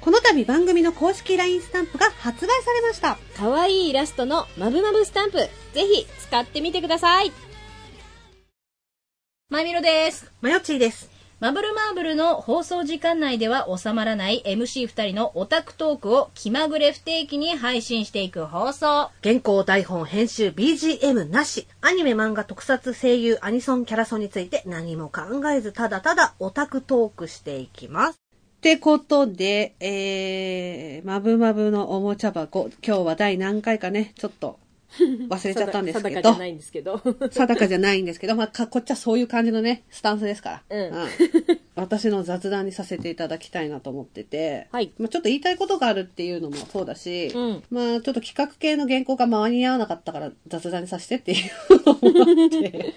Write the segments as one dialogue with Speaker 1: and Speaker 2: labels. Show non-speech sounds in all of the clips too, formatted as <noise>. Speaker 1: この度番組の公式 LINE スタンプが発売されました。
Speaker 2: かわいいイラストのマブマブスタンプ、ぜひ使ってみてください。
Speaker 3: マイミロです。
Speaker 1: マヨチーです。
Speaker 3: マブルマーブルの放送時間内では収まらない MC2 人のオタクトークを気まぐれ不定期に配信していく放送。
Speaker 1: 原稿、台本、編集、BGM なし。アニメ、漫画、特撮、声優、アニソン、キャラソンについて何も考えず、ただただオタクトークしていきます。ってことで、えー、まぶまぶのおもちゃ箱、今日は第何回かね、ちょっと忘れちゃったんですけど、
Speaker 2: 定かじ
Speaker 1: 定
Speaker 2: ゃな
Speaker 1: か
Speaker 2: いんですけど。
Speaker 1: じゃないんですけど、まあ、かこっちはそういう感じのね、スタンスですから、
Speaker 2: うん
Speaker 1: 私の雑談にさせていただきたいなと思ってて、
Speaker 2: はい
Speaker 1: まあ、ちょっと言いたいことがあるっていうのもそうだし、
Speaker 2: うん
Speaker 1: まあちょっと企画系の原稿が間に合わなかったから雑談にさせてっていうのもあ
Speaker 2: <laughs>
Speaker 1: って、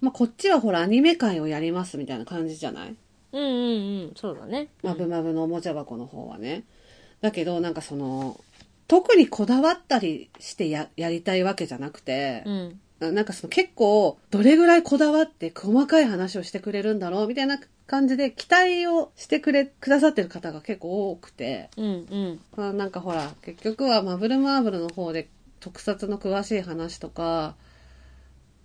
Speaker 1: まあこっちはほらアニメ界をやりますみたいな感じじゃない
Speaker 2: <laughs> うんうんうん、そうだね。
Speaker 1: まぶまぶのおもちゃ箱の方はね。だけどなんかその、特にこだわったりしてややりたいわけじゃなくて、
Speaker 2: うん。
Speaker 1: ななんかその結構どれぐらいこだわって細かい話をしてくれるんだろうみたいな感じで期待をしてくれ、くださってる方が結構多くて、
Speaker 2: うんうん。
Speaker 1: まあなんかほら、結局はマブルマーブルの方で特撮の詳しい話とか、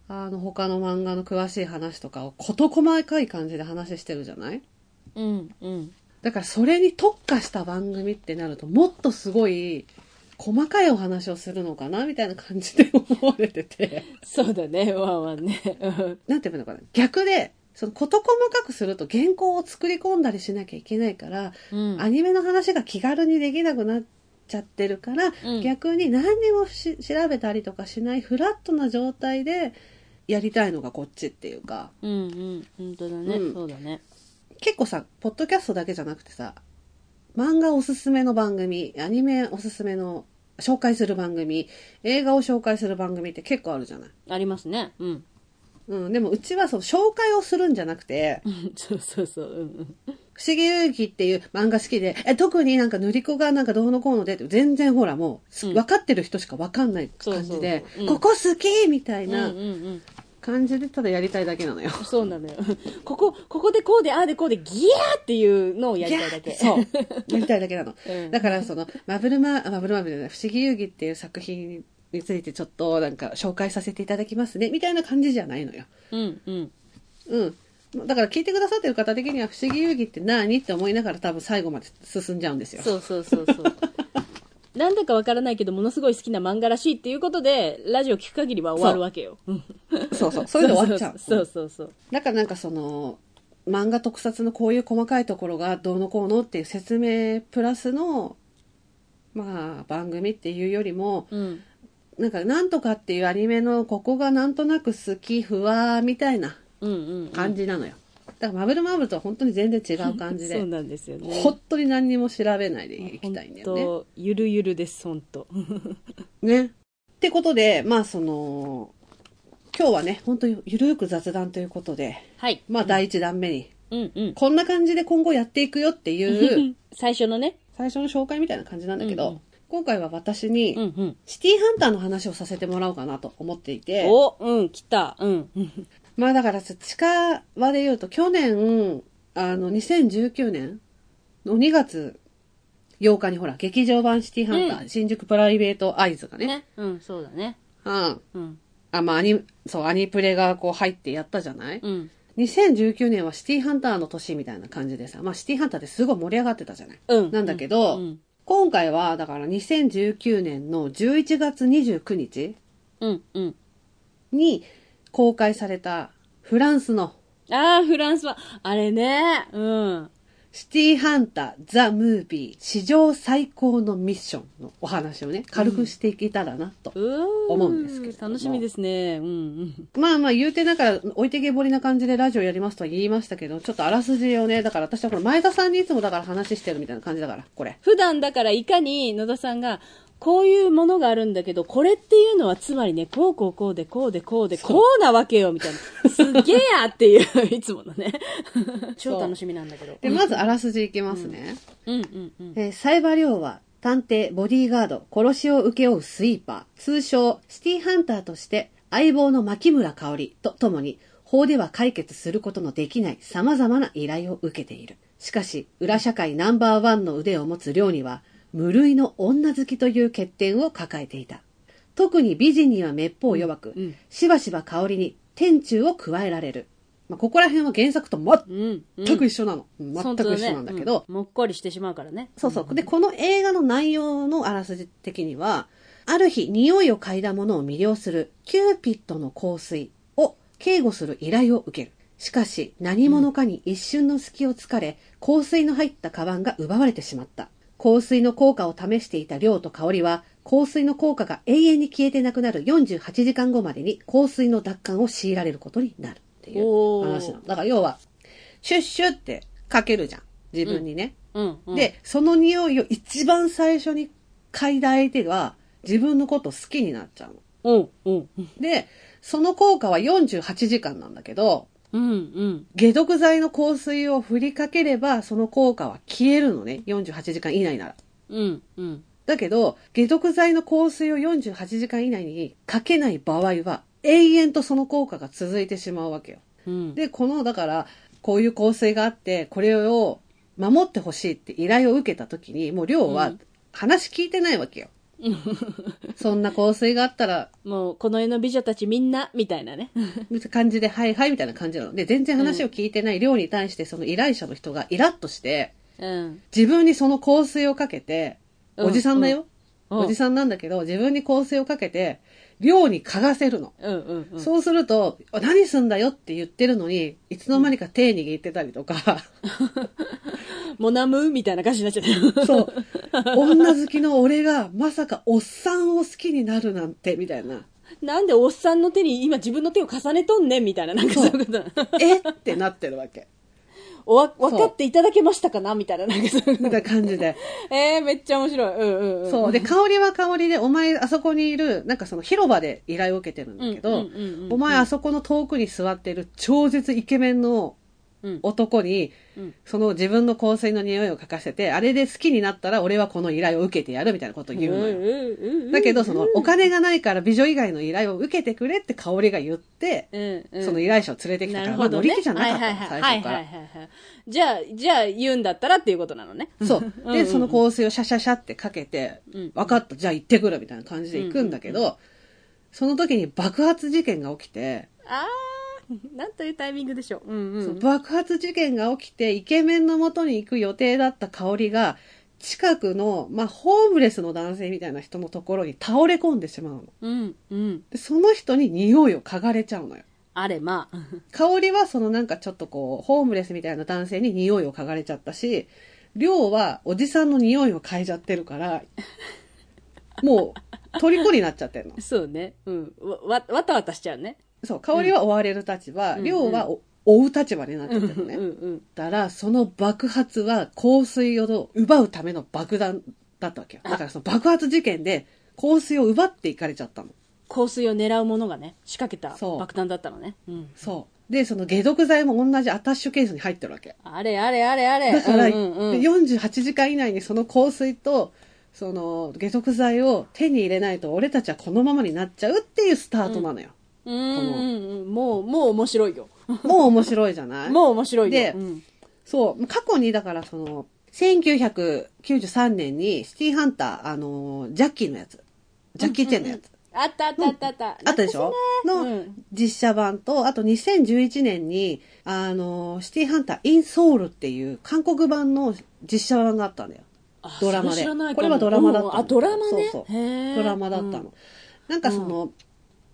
Speaker 1: あの他の漫画の詳しい話とかを事細かい感じで話してるじゃない
Speaker 2: うんうん。
Speaker 1: だからそれに特化した番組ってなるともっとすごい細かいお話をするのかなみたいな感じで思われてて。
Speaker 2: そうだね、ワンワンね。うん
Speaker 1: なんていうのかな逆で、その事細かくすると原稿を作り込んだりしなきゃいけないから、
Speaker 2: うん
Speaker 1: アニメの話が気軽にできなくなっちゃってるから、
Speaker 2: うん
Speaker 1: 逆に何にもし調べたりとかしないフラットな状態でやりたいのがこっちっていうか
Speaker 2: うんうん、本当だね、
Speaker 1: うん
Speaker 2: そうだね。
Speaker 1: 結構さポッドキャストだけじゃなくてさ漫画おすすめの番組アニメおすすめの紹介する番組映画を紹介する番組って結構あるじゃない、
Speaker 2: ありますね。うん。
Speaker 1: うん、でもうちはそう紹介をするんじゃなくて
Speaker 2: そうそうそう。うん
Speaker 1: 「不思議遊戯」っていう漫画好きでえ特になんか塗り子がなんかどうのこうのでって全然ほらもうす、
Speaker 2: うん
Speaker 1: 分かってる人しか分かんない感じで「
Speaker 2: そうそうそううん
Speaker 1: ここ好き!」みた
Speaker 2: う
Speaker 1: い
Speaker 2: ん。う
Speaker 1: なん
Speaker 2: うんうん。
Speaker 1: 感じでただやりたいだけなのよ。
Speaker 2: そうなのよ。 <laughs> ここ、ここでこうで、ああでこうで、ギヤーっていうのをやりたいだ
Speaker 1: <laughs>
Speaker 2: け。
Speaker 1: そう。やりたいだけなの。
Speaker 2: うん
Speaker 1: だからその、マブルマ、あマブルマブルじゃない、不思議遊戯っていう作品についてちょっとなんか紹介させていただきますね、みたいな感じじゃないのよ。
Speaker 2: <laughs> うんうん。
Speaker 1: うん。だから聞いてくださってる方的には不思議遊戯って何って思いながら多分最後まで進んじゃうんですよ。
Speaker 2: そうそうそうそう。 <laughs> なんだかわからないけど、ものすごい好きな漫画らしいっていうことで、ラジオ聞く限りは終わるわけよ。うん
Speaker 1: そうそう。そういうの終わっちゃう。
Speaker 2: <laughs> そうそうそう。
Speaker 1: だからなんかその、漫画特撮のこういう細かいところがどうのこうのっていう説明プラスの、まあ、番組っていうよりも、
Speaker 2: うん。
Speaker 1: なんか、なんとかっていうアニメのここがなんとなく好き、不わみたいな
Speaker 2: うんうん。
Speaker 1: 感じなのよ。だから、マブルマブルとは本当に全然違う感じ
Speaker 2: そ
Speaker 1: で
Speaker 2: う、なんですよね。
Speaker 1: 本当に何にも調べないでいきたいんだよね。
Speaker 2: ほんとゆるゆるです、ほんと。
Speaker 1: ね。ってことで、まあその、今日はね、本当にゆるーく雑談ということで、
Speaker 2: はい。
Speaker 1: まあ第一弾目に、
Speaker 2: うんうん。
Speaker 1: こんな感じで今後やっていくよっていう、
Speaker 2: <laughs> 最初のね。
Speaker 1: 最初の紹介みたいな感じなんだけど、
Speaker 2: うんうん
Speaker 1: 今回は私
Speaker 2: う
Speaker 1: に、
Speaker 2: んうん。
Speaker 1: シティハンターの話をさせてもらおうかなと思っていて、
Speaker 2: お、うん、来た。うん。
Speaker 1: まあだからさ、近場で言うと、去年、あの、2019年の2月8日にほら、劇場版シティハンター、
Speaker 2: う
Speaker 1: 新宿プライベートアイズがね、
Speaker 2: ね。うん、そうだね。
Speaker 1: うん。
Speaker 2: うん。
Speaker 1: あ、まあ、アニ、そう、アニプレがこう入ってやったじゃない、
Speaker 2: うん。
Speaker 1: ?2019 年はシティハンターの年みたいな感じでさ、まあ、シティハンターってすごい盛り上がってたじゃない、
Speaker 2: うん
Speaker 1: なんだけど、
Speaker 2: うん。
Speaker 1: 今回は、だから2019年の11月29日
Speaker 2: うんうん。
Speaker 1: に公開されたフランスの
Speaker 2: ああ、フランスは、あれね。うん。
Speaker 1: シティハンターザ・ムービー史上最高のミッションのお話をね、軽くしていけたらなと。思
Speaker 2: 思
Speaker 1: うんですけれども
Speaker 2: 楽しみですね。うんうん。
Speaker 1: まあまあ言うてだから置いてけぼりな感じでラジオやりますとは言いましたけど、ちょっとあらすじをね、だから私はこれ前田さんにいつもだから話してるみたいな感じだから、これ。
Speaker 2: 普段だからいかに野田さんが、こういうものがあるんだけど、これっていうのはつまりね、こうこうこうで、こうでこうで、
Speaker 1: そう
Speaker 2: こうなわけよ、みたいな。すっげえやっていう、 <laughs> いつ
Speaker 1: <laughs>
Speaker 2: ものね。超楽しみなんだけど。
Speaker 1: で、まずあらすじいきますね。
Speaker 2: うんうんうん。
Speaker 1: えーサイバリョウは探偵、ボディーガード、殺しを請け負うスイーパー、通称シティハンターとして相棒の牧村香織と共に法では解決することのできない様々な依頼を受けている。しかし、裏社会ナンバーワンの腕を持つ亮には、無類の女好きという欠点を抱えていた。特に美人には滅法弱く、
Speaker 2: うん
Speaker 1: しばしば香りに天中を加えられる。まあ、ここら辺は原作と
Speaker 2: うん。うん
Speaker 1: 全く一緒なの。全く一緒なんだけど、
Speaker 2: うもっこりしてしまうからね。
Speaker 1: そうそう。で、この映画の内容のあらすじ的には、ある日、匂いを嗅いだものを魅了するキューピッドの香水を警護する依頼を受ける。しかし、何者かに一瞬の隙をつかれ、香水の入ったカバンが奪われてしまった。香水の効果を試していた量と香りは、香水の効果が永遠に消えてなくなる48時間後までに香水の奪還を強いられることになるっていう話なの。だから要は、シュッシュってかけるじゃん。自分にね。
Speaker 2: うん。うん、
Speaker 1: で、その匂いを一番最初に嗅いだ相手が自分のこと好きになっちゃうの。
Speaker 2: うん、うん。
Speaker 1: で、その効果は48時間なんだけど、
Speaker 2: うん、うん。
Speaker 1: 解毒剤の香水を振りかければその効果は消えるのね。48時間以内なら。
Speaker 2: うん、うん。
Speaker 1: だけど、解毒剤の香水を48時間以内にかけない場合は、永遠とその効果が続いてしまうわけよ。
Speaker 2: うん。
Speaker 1: で、この、だから、こういう香水があって、これを守ってほしいって依頼を受けた時に、もう亮
Speaker 2: う
Speaker 1: は
Speaker 2: ん
Speaker 1: 話聞いてないわ
Speaker 2: <laughs>
Speaker 1: けよ。そんな香水があったら、
Speaker 2: もう、この世の美女たちみんな、みた
Speaker 1: <laughs>
Speaker 2: いなね。
Speaker 1: みたいな感じで、はいはいみたいな感じなので、全然話を聞いてない亮に対して、その依頼者の人がイラッとして、
Speaker 2: うん。
Speaker 1: 自分にその香水をかけて、
Speaker 2: うん
Speaker 1: おじさんだよ。
Speaker 2: うん
Speaker 1: おじさんなんだけど、自分に香水をかけて、亮に嗅がせるの。
Speaker 2: うん、うん、うん。
Speaker 1: そうすると、あ何すんだよって言ってるのに、いつの間にか手握ってたりとか、
Speaker 2: モナムみたいな感じになっち
Speaker 1: <laughs>
Speaker 2: ゃった。
Speaker 1: そう。女好きの俺がまさかおっさんを好きになるなんて、みたいな。
Speaker 2: なんでおっさんの手に今自分の手を重ねとんねんみたいな、なんかそういうことな
Speaker 1: えってなってるわけ。
Speaker 2: おわ、分かっていただけましたかなみたいな、なんかそういうこ
Speaker 1: みたいな感じで。
Speaker 2: と。えー、めっちゃ面白い。うんうんうん。
Speaker 1: そう。で、香りは香りで、お前あそこにいる、なんかその広場で依頼を受けてるんだけ
Speaker 2: う
Speaker 1: ど
Speaker 2: んうんうんうんう、ん
Speaker 1: お前あそこの遠くに座ってる超絶イケメンの
Speaker 2: うん。
Speaker 1: 男に
Speaker 2: うん、
Speaker 1: その自分の香水の匂いを嗅かせて、あれで好きになったら俺はこの依頼を受けてやるみたいなことを言うのよ。
Speaker 2: よ
Speaker 1: だけど、その、お金がないから美女以外の依頼を受けてくれって香りが言って、
Speaker 2: うんうん、
Speaker 1: その依頼者を連れてきた
Speaker 2: な
Speaker 1: から、
Speaker 2: る
Speaker 1: まあ
Speaker 2: ほ
Speaker 1: 乗
Speaker 2: ど、
Speaker 1: り
Speaker 2: ね。
Speaker 1: 気じゃなかったの、
Speaker 2: はいはいは
Speaker 1: 最初
Speaker 2: い
Speaker 1: か
Speaker 2: はい
Speaker 1: ら。
Speaker 2: はいはいはい。じゃあ、じゃあ言うんだったらっていうことなのね。
Speaker 1: そう。で、
Speaker 2: うんうん
Speaker 1: その香水をシャシャシャってかけて、
Speaker 2: うん
Speaker 1: 分かった、じゃあ行ってくるみたいな感じで行くんだけど、その時に爆発事件が起きて、
Speaker 2: あー、なんというタイミングでしょう。うんう
Speaker 1: その
Speaker 2: ん。
Speaker 1: 爆発事件が起きて、イケメンの元に行く予定だった香りが、近くの、まあ、ホームレスの男性みたいな人のところに倒れ込んでしまうの。
Speaker 2: うんうん。
Speaker 1: でその人に匂いを嗅がれちゃうのよ。
Speaker 2: あ
Speaker 1: <laughs>
Speaker 2: れ、まあ。。
Speaker 1: 香りはそのなんかちょっとこう、ホームレスみたいな男性に匂いを嗅がれちゃったし、量はおじさんの匂いを嗅いじゃってるから、もう、虜になっちゃってるの
Speaker 2: そうね。うん。わ、わわたわたしちゃうね。
Speaker 1: そう、香りは追われる立場、
Speaker 2: うん
Speaker 1: 量はお追う立場になっちゃ
Speaker 2: う
Speaker 1: っ
Speaker 2: ん
Speaker 1: てるのね。
Speaker 2: うんうん。
Speaker 1: だから、その爆発は香水を奪うための爆弾だったわけよ。だからその爆発事件で香水を奪っていかれちゃったの。
Speaker 2: 香水を狙うものがね、仕掛けた
Speaker 1: そう
Speaker 2: 爆弾だったのね。うん。
Speaker 1: そう。で、その解毒剤も同じアタッシュケースに入ってるわけ。
Speaker 2: あれあれあれあ
Speaker 1: <laughs>
Speaker 2: れ。
Speaker 1: だから、
Speaker 2: うんうんうん、
Speaker 1: 48時間以内にその香水と、その、解毒剤を手に入れないと、俺たちはこのままになっちゃうっていうスタートなのよ。
Speaker 2: うんうんうん、もう、もう面白いよ。
Speaker 1: もう面白いじゃない
Speaker 2: もう面白いよ。
Speaker 1: で
Speaker 2: うん、
Speaker 1: そう。過去に、だからその、1993年に、シティハンター、あの、ジャッキーのやつ。ジャッキーチェンのやつ。
Speaker 2: あったあったあったあった。
Speaker 1: あったでしょ
Speaker 2: 懐かしいね
Speaker 1: の
Speaker 2: うん
Speaker 1: 実写版と、あと2011年に、あの、シティハンターインソウルっていう韓国版の実写版があったんだよ。
Speaker 2: あ
Speaker 1: ドラマ
Speaker 2: そ
Speaker 1: で
Speaker 2: 知らないかも
Speaker 1: これはドラマだったの
Speaker 2: うんあ、ドラマね。
Speaker 1: そうそう
Speaker 2: へー
Speaker 1: ドラマだったの。。なんかその、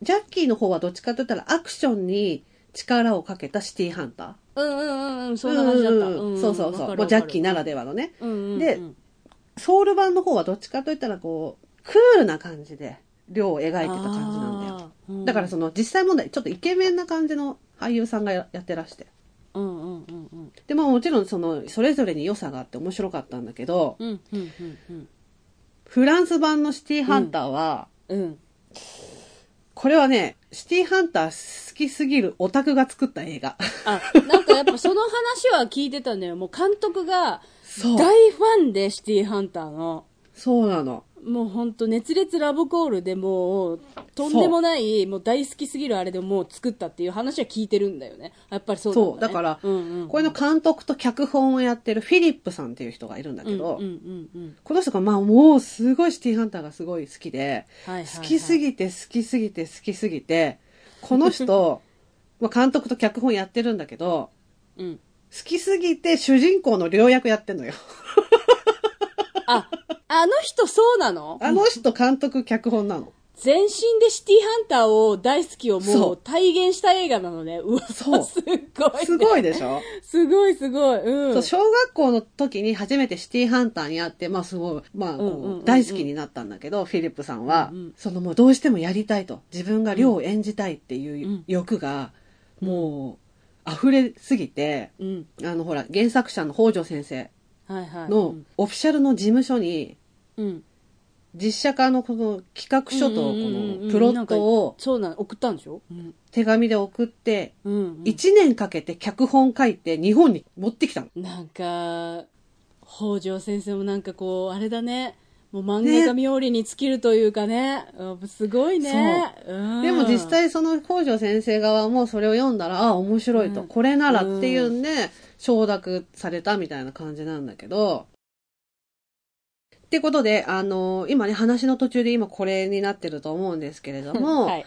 Speaker 1: ジャッキーの方はどっちかって言ったらアクションに力をかけたシティーハンター。
Speaker 2: うんうんうんうん、そんな感じだった。
Speaker 1: うん
Speaker 2: んん
Speaker 1: そうそうそう。もうジャッキーならではのね。
Speaker 2: は。うんうんうん、
Speaker 1: でソウル版の方はどっちかといったらこう、クールな感じで、量を描いてた感じなんだよ。
Speaker 2: あーうん
Speaker 1: だからその実際問題、ちょっとイケメンな感じの俳優さんがややってらして。
Speaker 2: うんうんうんうん。
Speaker 1: で、まあもちろんその、それぞれに良さがあって面白かったんだけど、
Speaker 2: うんうんうん
Speaker 1: フランス版のシティーハンターは、
Speaker 2: うん。うん。
Speaker 1: これはね、シティーハンター好きすぎるオタクが作った映画。
Speaker 2: あ、なんかやっぱその話は聞いてたのよ。もう監督が
Speaker 1: そう。
Speaker 2: 大ファンで、シティーハンターの。
Speaker 1: そうなの。
Speaker 2: もうほんと熱烈ラブコールでもう、とんでもない、もう大好きすぎるあれでもう作ったっていう話は聞いてるんだよね。やっぱりそうなんだ、ね。
Speaker 1: そうだから
Speaker 2: うんうん、
Speaker 1: これの監督と脚本をやってるフィリップさんっていう人がいるんだけど、
Speaker 2: うんうんうんうん
Speaker 1: この人がまあもうすごいシティーハンターがすごい好きで、
Speaker 2: はいはいはい
Speaker 1: 好きすぎて好きすぎて好きすぎて、この
Speaker 2: <laughs>
Speaker 1: 人、まあ監督と脚本やってるんだけど、
Speaker 2: うん。
Speaker 1: 好きすぎて主人公の両役やってんのよ。
Speaker 2: あ、あの人そうなの
Speaker 1: あの人監督脚本
Speaker 2: <laughs>
Speaker 1: なの。
Speaker 2: 全身でシティハンターを大好きを
Speaker 1: そ
Speaker 2: も
Speaker 1: う
Speaker 2: う体現した映画なのね。うわ、
Speaker 1: そう
Speaker 2: すごい、ね。
Speaker 1: すごいでしょ、
Speaker 2: すごいすごい。うん。
Speaker 1: そう小学校の時に初めてシティーハンターに会って、まあすごい、まあこう
Speaker 2: うんうんうんうん
Speaker 1: 大好きになったんだけど、フィリップさんは、
Speaker 2: うんうん
Speaker 1: そのもうどうしてもやりたいと、自分が亮を演じたいってい
Speaker 2: うん
Speaker 1: う欲が、もう溢れすぎて、
Speaker 2: うん。
Speaker 1: あのほら、原作者の北条先生
Speaker 2: はいはい。う
Speaker 1: の
Speaker 2: ん
Speaker 1: オフィシャルの事務所に、
Speaker 2: うん。
Speaker 1: 実写化のこの企画書とこ
Speaker 2: うんうんうんうん
Speaker 1: のプロット
Speaker 2: なん
Speaker 1: を
Speaker 2: かそうなの、送ったんでしょうん。
Speaker 1: 手紙で送って、
Speaker 2: うん、うん。
Speaker 1: 1年かけて脚本書いて日本に持ってきたの。
Speaker 2: なんか、北条先生もなんかこう、あれだね。もう漫画が冥利に尽きるというかね。うんすごいね。うん
Speaker 1: でも実、際その北条先生側もそれを読んだら、ああ、面白いと、
Speaker 2: うん
Speaker 1: これならっていうんで、承諾されたみたいな感じなんだけど、ってことで、あの、今ね、話の途中で今これになってると思うんですけれども、
Speaker 2: はい。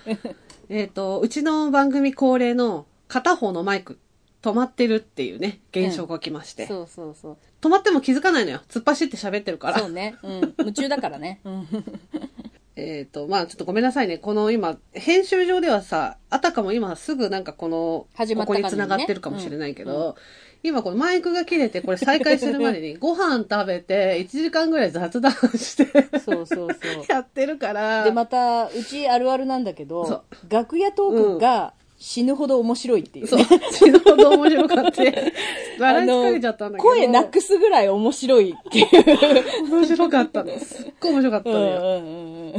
Speaker 1: えっ、と、うちの番組恒例の片方のマイク止まってるっていうね、現象が起きまして。
Speaker 3: そうそうそう。
Speaker 1: 止まっても気づかないのよ。突っ走って喋ってるから
Speaker 3: そう。ね。うん。夢中だからね。うん。
Speaker 1: えっ、と、まあちょっとごめんなさいね。この今、編集上ではさ、あたかも今すぐなんかこの、
Speaker 3: 始まった
Speaker 1: こ
Speaker 3: か
Speaker 1: こ
Speaker 3: のよう
Speaker 1: に
Speaker 3: にね
Speaker 1: 繋がってるかもしれないけど、
Speaker 3: うん
Speaker 1: 今このマイクが切れて、これ再開するまで
Speaker 2: <laughs>
Speaker 1: にご飯食べて、1時間ぐらい雑談して
Speaker 2: そうそうそう。
Speaker 1: <laughs> やってるから、
Speaker 2: で、また、うちあるあるなんだけ
Speaker 1: そ
Speaker 2: ど
Speaker 1: う、
Speaker 2: 楽屋トークが死ぬほど面白いっていうね、
Speaker 1: そう、死ぬほど面白か
Speaker 2: <laughs>
Speaker 1: って、笑い疲れちゃったんだけど。
Speaker 2: 声なくすぐらい面白いっていう。
Speaker 1: 面白かったの。すっごい面白かった
Speaker 2: うん
Speaker 1: の
Speaker 2: う
Speaker 1: よ。
Speaker 2: んうんうん。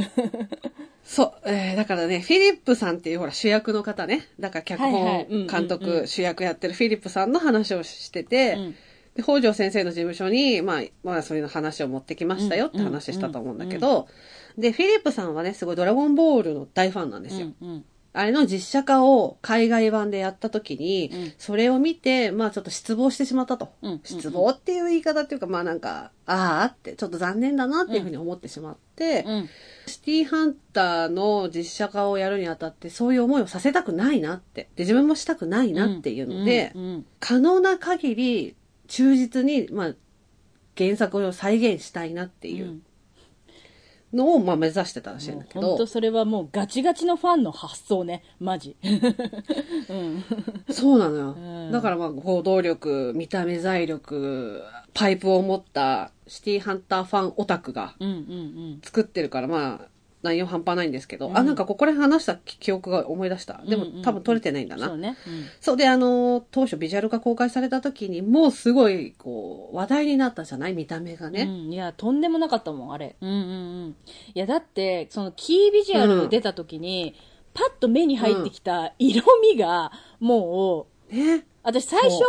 Speaker 1: そう、えーだからね、フィリップさんっていうほら主役の方ね、だから脚
Speaker 2: はいはいうんうんうん
Speaker 1: 本、監督、主役やってるフィリップさんの話をしてて、
Speaker 2: うん
Speaker 1: で北条先生の事務所に、まあ、まあ、そういうの話を持ってきましたよって話したと思うんだけど、で、フィリップさんはね、すごいドラゴンボールの大ファンなんですよ。
Speaker 2: うん
Speaker 1: あれの実写化を海外版でやった時に、
Speaker 2: うん
Speaker 1: それを見て、まあちょっと失望してしまったと。
Speaker 2: うんうんうん
Speaker 1: 失望っていう言い方っていうか、まあなんか、ああって、ちょっと残念だなっていうふうに思ってしまって、
Speaker 2: うん。
Speaker 1: シティーハンターの実写化をやるにあたって、そういう思いをさせたくないなって、で、自分もしたくないなっていうので、
Speaker 2: うんうん
Speaker 1: 可能な限り忠実に、まあ、原作を再現したいなって
Speaker 2: うん
Speaker 1: い
Speaker 2: うん
Speaker 1: うのを、まあ、目指してたらしいんだけ
Speaker 2: 本
Speaker 1: ど
Speaker 2: 当、それはもうガチガチのファンの発想ねマジうん
Speaker 1: そうなのよ。
Speaker 2: うん
Speaker 1: だから、まあ、行動力、見た目財力、パイプを持ったシティーハンターファンオタクが
Speaker 2: うんうん
Speaker 1: 作ってるから、まあ、内容半端ないんですけど、
Speaker 2: うん
Speaker 1: あ、なんかここら辺話した記憶が思い出した。で
Speaker 2: うんうんう
Speaker 1: も
Speaker 2: ん
Speaker 1: 多分撮れてないんだ
Speaker 2: うん
Speaker 1: な。
Speaker 2: そうね、うん
Speaker 1: そうで、あの、当初ビジュアルが公開された時に、もうすごい、こう、話題になったじゃない見た目が
Speaker 2: う
Speaker 1: ね。
Speaker 2: ん、いやとんでもなかったもんあれうんうんうんいやだってそのキービジュアル出た時に、パッと目に入ってきた色味がもう
Speaker 1: ね。
Speaker 2: 私最初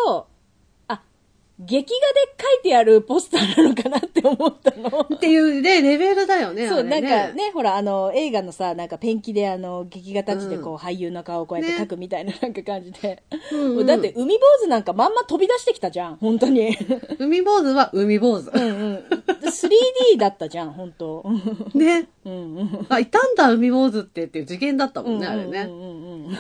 Speaker 2: あ劇画で書いてあるポスターなのかなって思ったの
Speaker 1: っていう、ね、レベルだよね。
Speaker 2: そう、
Speaker 1: あれ
Speaker 2: なんかね、ほら、あの、映画のさ、なんかペンキで、あの、劇画たちでこう、
Speaker 1: う
Speaker 2: 俳優の顔をこうやって
Speaker 1: ね
Speaker 2: 描くみたいな、なんか感じで。
Speaker 1: うんうん
Speaker 2: もうだって、海坊主なんかまんま飛び出してきたじゃん、本当に。
Speaker 1: 海坊主は海坊主。
Speaker 2: うんうん。3D だったじゃん、本当。
Speaker 1: ね。
Speaker 2: うんうん。
Speaker 1: あ、いたんだ、海坊主ってっていう次元だったもんね、あれ
Speaker 2: う
Speaker 1: ね。
Speaker 2: んうんうんうん。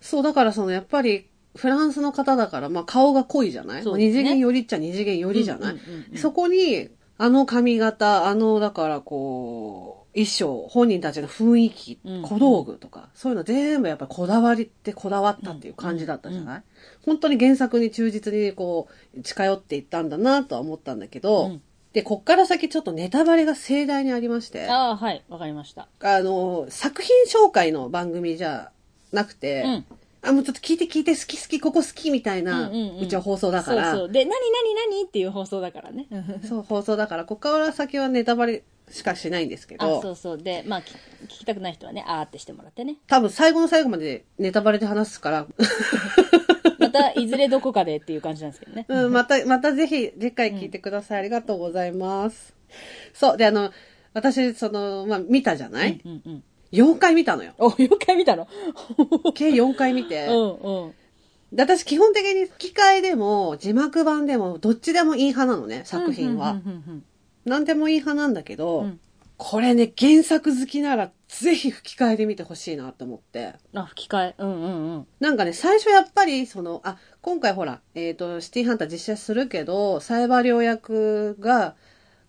Speaker 1: そう、だからその、やっぱり、フランスの方だから、まあ顔が濃いじゃない、
Speaker 2: そうですね
Speaker 1: 二次元よりっちゃ二次元よりじゃない、
Speaker 2: うんうんうんうん
Speaker 1: そこに、あの髪型、あの、だからこう、衣装、本人たちの雰囲気
Speaker 2: うん、
Speaker 1: 小道具とか、そういうの全部やっぱりこだわりってこだわったっていう感じだったじゃない、本当に原作に忠実にこう、近寄っていったんだなとは思ったんだけど、
Speaker 2: うん
Speaker 1: で、こっから先ちょっとネタバレが盛大にありまして。
Speaker 2: ああ、はい、わかりました。
Speaker 1: あの、作品紹介の番組じゃなくて、
Speaker 2: うん
Speaker 1: あ、もうちょっと聞いて聞いて好き好き、ここ好きみたいな、
Speaker 2: う
Speaker 1: うん
Speaker 2: うんうん
Speaker 1: ちは放送だから、
Speaker 2: そうそう。で、何何何っていう放送だから
Speaker 1: <laughs>
Speaker 2: ね。
Speaker 1: そう放送だから、ここから先はネタバレしかしないんですけ
Speaker 2: あ、そ
Speaker 1: ど、
Speaker 2: うそう。で、まあ、き聞きたくない人はね、あーってしてもらってね。
Speaker 1: 多分最後の最後までネタバレで話す
Speaker 2: <laughs>
Speaker 1: から、
Speaker 2: また、いずれどこかでっていう感じなんですけどね。
Speaker 1: うん、また、またぜひ次回聞いてください。ありがとうございます。そう。で、あの、私、その、まあ、見たじゃない、
Speaker 2: うんうん。
Speaker 1: ?4 回見たのよ。
Speaker 2: お、4回見たの
Speaker 1: 計4回見て
Speaker 2: う。んうん。
Speaker 1: で私、基本的に吹き替えでも、字幕版でも、どっちでもいい派なのね、作品は。
Speaker 2: うんうん
Speaker 1: なんでもいい派なんだけど、
Speaker 2: うんうん。
Speaker 1: これね、原作好きなら、ぜひ吹き替えで見てほしいなと思って。
Speaker 2: うん。あ、吹き替え。うんうんうん。
Speaker 1: なんかね、最初やっぱり、その、あ、今回ほら、えっ、と、シティハンター実写するけど、サイバー両役が、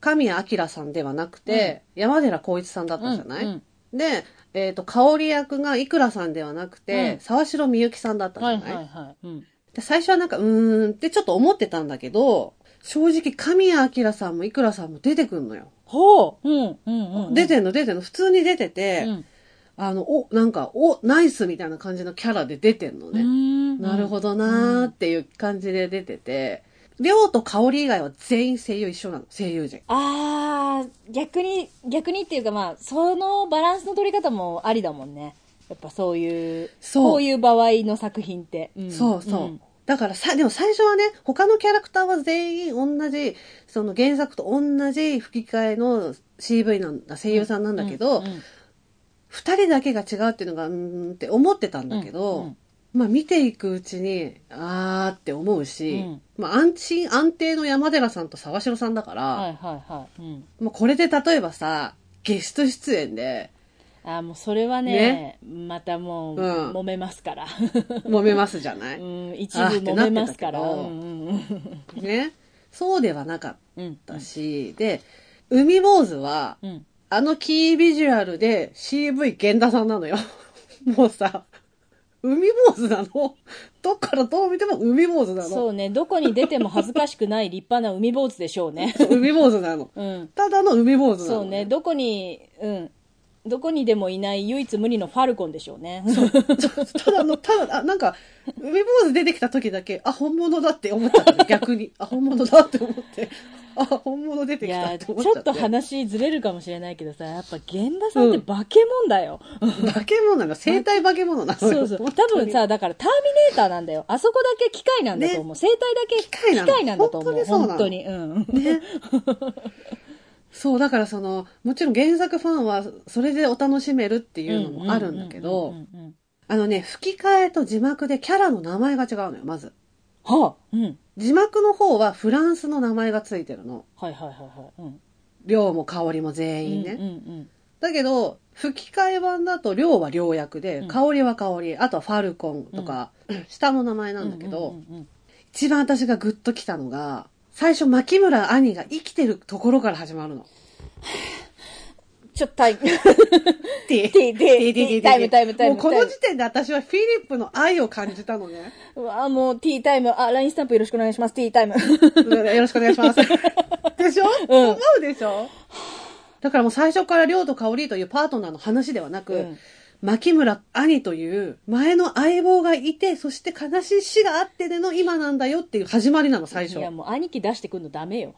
Speaker 1: 神谷明さんではなくて、山寺宏一さんだったじゃない、
Speaker 2: うん
Speaker 1: で、えっ、と、香り役がいくらさんではなくて、
Speaker 2: うん
Speaker 1: 沢城みゆきさんだったじゃ
Speaker 2: は
Speaker 1: ないい、
Speaker 2: はいはい。うん。
Speaker 1: で最初はなんか、うーんってちょっと思ってたんだけど、正直、神谷明さんもいくらさんも出てくんのよ。
Speaker 2: ほう。うんうんうん。
Speaker 1: 出てんの出てんの普通に出てて、
Speaker 2: うん
Speaker 1: あの、お、なんか、お、ナイスみたいな感じのキャラで出てんの
Speaker 2: う
Speaker 1: ね。
Speaker 2: ん。
Speaker 1: なるほど
Speaker 2: ど。
Speaker 1: なーっていう感じで出てて、りょうと香り以外は全員声優一緒なの、声優陣。
Speaker 2: あー、逆に、逆にっていうかまあ、そのバランスの取り方もありだもんね。やっぱそういう、
Speaker 1: そう
Speaker 2: こういう場合の作品って。ん
Speaker 1: そうそう。
Speaker 2: ん
Speaker 1: だからさ、でも最初はね、他のキャラクターは全員同じ、その原作と同じ吹き替えの CV なんだ、声優さんなんだけど
Speaker 2: うんう、ん
Speaker 1: 二、人だけが違うっていうのが、うーんって思ってたんだけど、
Speaker 2: うんうん
Speaker 1: まあ見ていくうちに、あーって思うし、
Speaker 2: うん
Speaker 1: まあ安心安定の山寺さんと沢城さんだから、
Speaker 2: はいはいはい。うん。
Speaker 1: もうこれで例えばさ、ゲスト出演で、
Speaker 2: あーもうそれはね、またもう、
Speaker 1: うん
Speaker 2: 揉めますから。
Speaker 1: 揉めますじゃな
Speaker 2: う
Speaker 1: い、
Speaker 2: ん、一部
Speaker 1: あーって
Speaker 2: 揉
Speaker 1: なってた
Speaker 2: め
Speaker 1: けど
Speaker 2: ますから。うんうんうん
Speaker 1: ね。そうではなかっ
Speaker 2: うん。
Speaker 1: たし、で、海坊主は、
Speaker 2: うん。
Speaker 1: あのキービジュアルで CV 源田さんなのよ。 <laughs> もうさ、海坊主なのどっからどう見ても海坊主なの。
Speaker 2: そうね、どこに出ても恥ずかしくない立派な海坊主でしょ
Speaker 1: <laughs>
Speaker 2: うね。
Speaker 1: 海坊主なの。
Speaker 2: うん。
Speaker 1: ただの海坊主なの。 <laughs>
Speaker 2: そうね、どこに、うん。どこにでもいない唯一無二のファルコンでしょうね。 <laughs>
Speaker 1: ただの、ただ、あ、なんか、海坊主出てきた時だけ、あ、本物だって思ったの
Speaker 2: <laughs>
Speaker 1: ね逆に。あ、本物だって思って。あ、本物出て
Speaker 2: い
Speaker 1: きた
Speaker 2: や、
Speaker 1: って
Speaker 2: ちょ
Speaker 1: 思っちゃって。
Speaker 2: っと話ずれるかもしれないけどさ、やっぱ源田さんって化け物だよ。
Speaker 1: 化け物なの生体化け物なの
Speaker 2: そう
Speaker 1: よ
Speaker 2: そう。
Speaker 1: 本
Speaker 2: 多
Speaker 1: 当に
Speaker 2: 分さ、だからターミネーターなんだよ。あそこだけ機械なんだと思う。生体だけ
Speaker 1: 機械なの
Speaker 2: なんだと思う。本
Speaker 1: 本
Speaker 2: 当
Speaker 1: 当
Speaker 2: に
Speaker 1: に
Speaker 2: うん。
Speaker 1: ね。そう、だからその、もちろん原作ファンは、それでお楽しめるっていうのもあるんだけ
Speaker 2: う
Speaker 1: ど
Speaker 2: んう、んうんうんうん。
Speaker 1: あのね、吹き替えと字幕でキャラの名前が違うのよ、まず。
Speaker 2: はあ。うん。
Speaker 1: 字幕の方はフランスの名前がついてるの。
Speaker 2: はいはいはいはい。うん。
Speaker 1: 量も香りも全員ね。
Speaker 2: うんうん
Speaker 1: だけど、吹き替え版だと量は量役で、
Speaker 2: うん
Speaker 1: 香りは香り、あとはファルコンとか、下の名前な
Speaker 2: うんん。
Speaker 1: だけど、
Speaker 2: うんうんうんうん。
Speaker 1: 一番私がグッときたのが、最初牧村兄が生きてるところから始まるの。
Speaker 2: ちょっとタイム。 <laughs>
Speaker 1: で
Speaker 2: でででタイムタイムタイム
Speaker 1: もうこの時点で私はフィリップの愛を感じたのね。
Speaker 2: うわもうティータイム。あ、ラインスタンプよろしくお願いします。ティータイム。
Speaker 1: よろしくお願いします。でしょ、思うでしょだからもう最初から亮と香織というパートナーの話ではなく、
Speaker 2: うん
Speaker 1: 牧村兄という前の相棒がいて、そして悲しい死があってでの今なんだよっていう始まりなの、最
Speaker 2: い
Speaker 1: 初。
Speaker 2: や、もう兄貴出してくんのダ
Speaker 1: <laughs>
Speaker 2: メよ。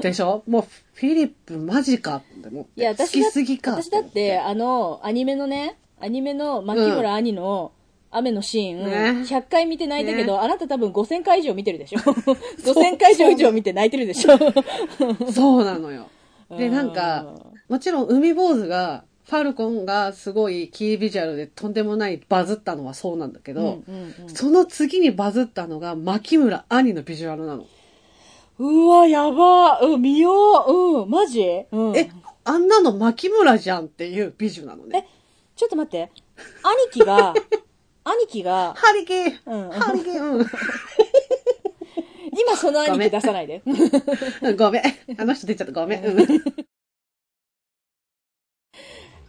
Speaker 1: でしょもうフィリップマジかって思って。
Speaker 2: いや、私
Speaker 1: 好
Speaker 2: だ
Speaker 1: きすぎか
Speaker 2: 私だって、あの、アニメのね、アニメの牧村兄の雨のシーン、
Speaker 1: ね
Speaker 2: 100回見て泣いたけど、
Speaker 1: ね
Speaker 2: あなた多分5000回以上見てるで
Speaker 1: <laughs>
Speaker 2: しょ ?5000 回以上以上見て泣いてるでしょ <laughs>
Speaker 1: そうなのよ。
Speaker 2: う
Speaker 1: で、
Speaker 2: ん
Speaker 1: なんか、もちろん海坊主が、ファルコンがすごいキービジュアルでとんでもないバズったのはそうなんだけ
Speaker 2: うん
Speaker 1: ど、
Speaker 2: うん
Speaker 1: その次にバズったのが牧村兄のビジュアルなの。
Speaker 2: うんうわ、やばうん、見よううん、マジうん。
Speaker 1: え、あんなの牧村じゃんっていうビジュなのね。
Speaker 2: ちょっと待って。兄貴
Speaker 1: <laughs>
Speaker 2: が、兄貴が、
Speaker 1: ハリケー
Speaker 2: うん
Speaker 1: ンハリケーン
Speaker 2: <laughs> 今その兄
Speaker 1: ごめ
Speaker 2: 貴
Speaker 1: ん
Speaker 2: 出さな
Speaker 1: <laughs>
Speaker 2: いで。
Speaker 1: うんごめん。あの人出ちゃったごめん。うん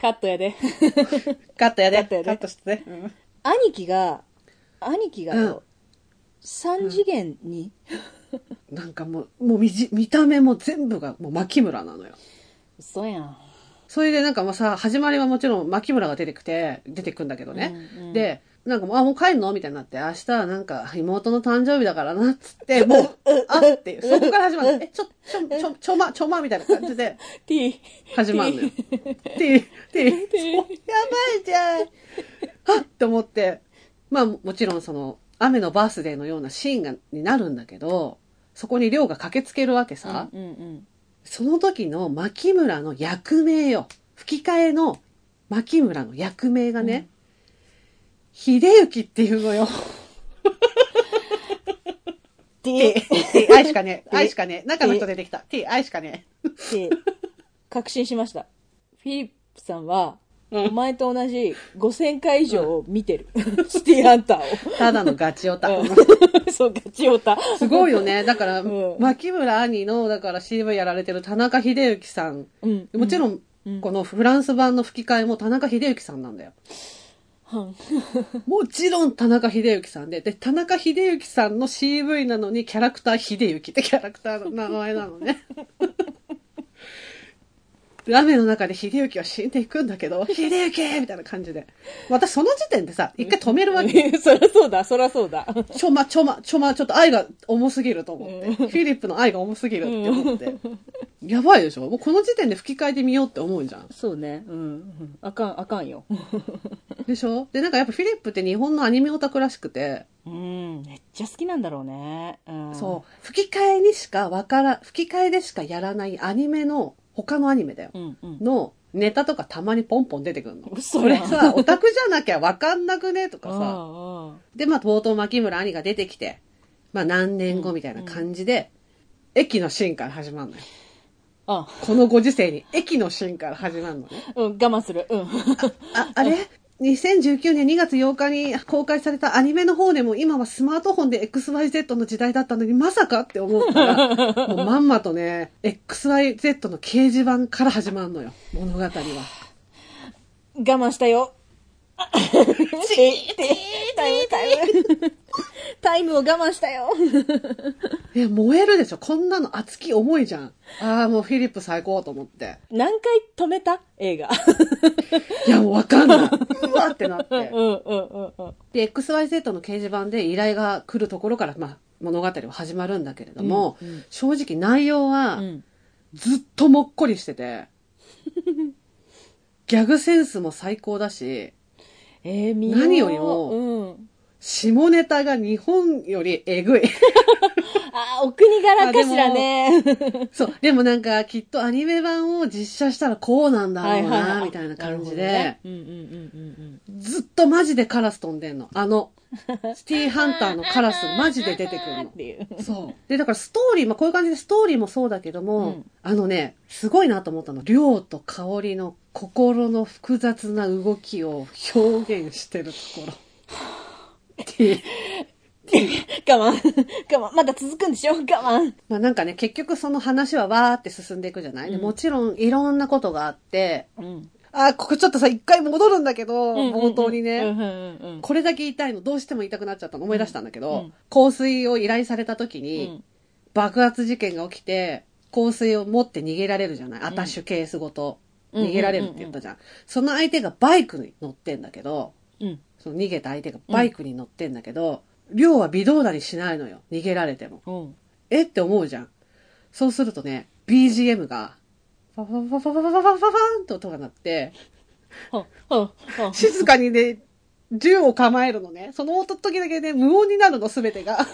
Speaker 2: カットやで。
Speaker 1: カットやで。
Speaker 2: カットやで
Speaker 1: してね。うん
Speaker 2: 兄貴が、兄貴が
Speaker 1: うん
Speaker 2: よ、三次元に、
Speaker 1: なんかもう、もう見じ見た目も全部がもう牧村なのよ。
Speaker 2: 嘘やん。
Speaker 1: それでなんかまあさ、始まりはもちろん牧村が出てくて、出てくんだけどね。
Speaker 2: うんうん
Speaker 1: で、なんかもう、あ、もう帰るのみたいになって、明日はなんか妹の誕生日だからな、っつって、もう、あっていう、そこから始まる。え、ちょ、ちょ、ちょ、ちょま、ちょま、みたいな感じで
Speaker 2: T。
Speaker 1: 始まるのよ。て、て、そうやばいじゃん。あっと思って、まあももちろんその、雨のバースデーのようなシーンが、になるんだけど、そこに亮が駆けつけるわけさ。
Speaker 2: うんうん
Speaker 1: その時の牧村の役名よ。吹き替えの牧村の役名がね、秀幸っていうのよ。T、愛しかね、愛しかね、中の人出てきた。T、愛しかね。
Speaker 2: って確信しました。フィリップさんは、
Speaker 1: うん
Speaker 2: お前と同じ5000回以上を
Speaker 1: <laughs>
Speaker 2: 見てる。シティーハンターを。
Speaker 1: ただのガチオタ。 <laughs>
Speaker 2: うんそう、ガチオタ。
Speaker 1: すごいよ <laughs> ね。だから、
Speaker 2: うん
Speaker 1: 牧村兄の、だから CV やられてる田中秀幸さん。
Speaker 2: うん。
Speaker 1: もちろん、
Speaker 2: うん
Speaker 1: このフランス版の吹き替えも田中秀幸さんなんだよ。
Speaker 2: うん。
Speaker 1: もちろん田中秀幸さんで、で、田中秀幸さんの CV なのにキャラクター秀幸ってキャラクターの名前なの <laughs> ね。ラメの中で秀幸は死んでいくんだけど、秀幸みたいな感じで。私その時点でさ、一回止めるわけ。
Speaker 2: <laughs> そりゃそうだ、そりゃそうだ。
Speaker 1: ちょま、ちょま、ちょま、ちょっと愛が重すぎると思って。フィリップの愛が重すぎるって思って。やばいでしょもうこの時点で吹き替えてみようって思うじゃん。
Speaker 2: そうね。うん。あかん、あかんよ。
Speaker 1: でしょで、なんかやっぱフィリップって日本のアニメオタクらしくて、
Speaker 2: <laughs> うん。めっちゃ好きなんだろうね。うん。
Speaker 1: そう、吹き替えにしかわから、吹き替えでしかやらないアニメの、他のアニメだよ。
Speaker 2: うんうん。
Speaker 1: のネタとかたまにポンポン出てくるの。
Speaker 2: 嘘
Speaker 1: それ
Speaker 2: やん
Speaker 1: さ、オタクじゃなきゃわかんなくねとかさ。
Speaker 2: うんうん
Speaker 1: で、まあ、冒頭牧村兄が出てきて、まあ、何年後みたいな感じで、駅のシーンから始まるのよ。
Speaker 2: あ、
Speaker 1: このご時世に駅のシーンから始まるのね。
Speaker 2: うん、我慢する。うん。 <laughs>
Speaker 1: あ、あれ ?2019 年2月8日に公開されたアニメの方でも今はスマートフォンで XYZ の時代だったのにまさかって思ったら、 <laughs> もうまんまとね、XYZ の掲示板から始まるのよ、物語は。
Speaker 2: 我慢した <laughs> よ。タイム、タイム。 <laughs> タイムを我慢したよ。
Speaker 1: え、燃えるでしょこんなの熱き思いじゃん。ああ、もうフィリップ最高と思って。
Speaker 2: 何回止めた映画。
Speaker 1: いや、もうわかんない。うわってなって
Speaker 2: <laughs> う。んうんうんうん。
Speaker 1: で、XYZ の掲示板で依頼が来るところから、まあ、物語は始まるんだけれども、
Speaker 2: うんうん
Speaker 1: 正直内容は、
Speaker 2: うん
Speaker 1: ずっともっこりして
Speaker 2: <laughs>
Speaker 1: て、ギャグセンスも最高だし、
Speaker 2: えー、見よう
Speaker 1: 何よりも
Speaker 2: うん、
Speaker 1: 下ネタが日本よりえぐい。 <laughs>
Speaker 2: あーお国柄かしらね。
Speaker 1: そう。でもなんか、きっとアニメ版を実写したらこうなんだろう
Speaker 2: <laughs> はいはい
Speaker 1: な、
Speaker 2: はい
Speaker 1: みたいな感じ
Speaker 2: なる
Speaker 1: で、
Speaker 2: ほどねうんうんうんうん
Speaker 1: ずっとマジでカラス飛んでんの。あ
Speaker 2: <laughs>
Speaker 1: の、シティーハンターのカラス、マジで出てく
Speaker 2: う
Speaker 1: る
Speaker 2: ん。
Speaker 1: の。
Speaker 2: っていう。
Speaker 1: そう。 <laughs> で、だからストーリー、まあ、こういう感じでストーリーもそうだけども、
Speaker 2: うん
Speaker 1: あのね、すごいなと思ったの。量と香りの心の複雑な動きを表現してるところ。
Speaker 2: <laughs> 我慢。 <laughs> 我慢。まだ続くんでしょ我 <laughs> 慢。
Speaker 1: まあなんかね、結局その話はわーって進んでいくじゃない、でもちろんいろんなことがあって、
Speaker 2: うん。
Speaker 1: あ、ここちょっとさ、一回戻るんだけど、冒頭にね、
Speaker 2: うんうんうんうん。
Speaker 1: これだけ言いたいの、どうしても言いたくなっちゃったの思い出したんだけど、
Speaker 2: うん
Speaker 1: 香水を依頼された時
Speaker 2: う
Speaker 1: に、
Speaker 2: ん
Speaker 1: 爆発事件が起きて、香水を持って逃げられるじゃないアタッシュケースごと。
Speaker 2: うん
Speaker 1: 逃げられるって言ったじゃん。その相手がバイクに乗ってんだけど、
Speaker 2: うん。
Speaker 1: その逃げた相手がバイクに乗ってんだけど、量は微動だにしないのよ。逃げられても。
Speaker 2: うん。
Speaker 1: えって思うじゃん。そうするとね、BGM が、パパパパパパパパパーンと音が鳴って、
Speaker 2: ほ、ほ、ほ。
Speaker 1: 静かにね、銃を構えるのね。その音時だけね、無音になるの、すべてが。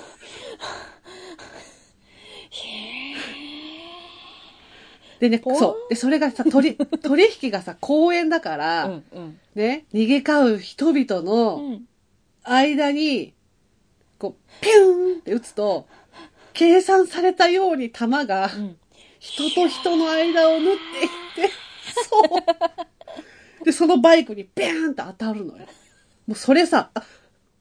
Speaker 1: でね、
Speaker 2: ん
Speaker 1: そう。で、それがさ、取り、取引がさ、公園だから、
Speaker 2: うんうん。
Speaker 1: ね、逃げ交う人々
Speaker 2: う
Speaker 1: の
Speaker 2: ん。
Speaker 1: 間に、こう、ピューンって撃つと、計算されたように弾が、
Speaker 2: うん。
Speaker 1: 人と人の間を縫っていって、そう。で、そのバイクにビャーンと当たるのよ。もうそれさ、あ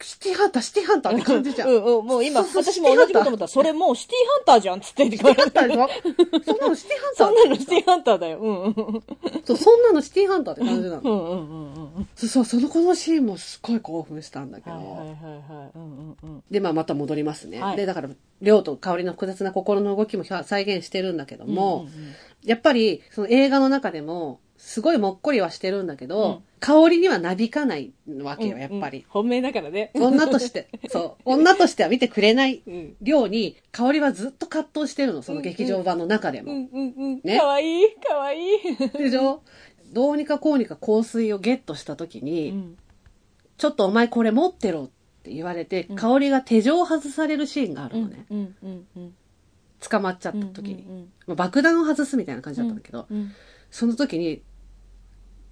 Speaker 1: シティハンター、シティハンターって感じじゃん。
Speaker 2: うんうん、もう今、
Speaker 1: そうそう
Speaker 2: 私も同じこと思った。それもうシティハンターじゃんっつって言って
Speaker 1: シ
Speaker 2: く
Speaker 1: ティハ
Speaker 2: <laughs> れ
Speaker 1: ンタ
Speaker 2: た。
Speaker 1: ーでしょそんなのシティハンター
Speaker 2: そんなのシティハンターだよ。うんうん
Speaker 1: そうそんなのシティハンターって感じなの。
Speaker 2: うんうんうんうん。
Speaker 1: そうそう、そのこのシーンもすごい興奮したんだけ
Speaker 2: はいはい
Speaker 1: ど。
Speaker 2: はいはい。うんうんうん。
Speaker 1: で、まあまた戻りますね。
Speaker 2: はい
Speaker 1: で、だから、量と香りの複雑な心の動きも再現してるんだけども、
Speaker 2: うんうん
Speaker 1: やっぱり、その映画の中でも、すごいもっこりはしてるんだけど、
Speaker 2: うん
Speaker 1: 香りにはなびかないわけ
Speaker 2: う
Speaker 1: よ、
Speaker 2: ん
Speaker 1: やっぱり。。
Speaker 2: 本命だからね。
Speaker 1: 女と
Speaker 2: <laughs>
Speaker 1: して、そう、女としては見てくれない
Speaker 2: うん
Speaker 1: 量に、香りはずっと葛藤してるの、その劇場版の中で
Speaker 2: う
Speaker 1: も。
Speaker 2: んうんうん。
Speaker 1: ね
Speaker 2: かわいい、かわいい。
Speaker 1: でしょどうにかこうにか香水をゲットした時に、
Speaker 2: うん
Speaker 1: ちょっとお前これ持ってろって言われて、
Speaker 2: うん
Speaker 1: 香りが手錠を外されるシーンがある
Speaker 2: う
Speaker 1: の
Speaker 2: ん
Speaker 1: ね。
Speaker 2: うんうんうん。
Speaker 1: 捕まっちゃった時に、まあ爆弾を外すみたいな感じだったんだけど、
Speaker 2: うん
Speaker 1: その時に、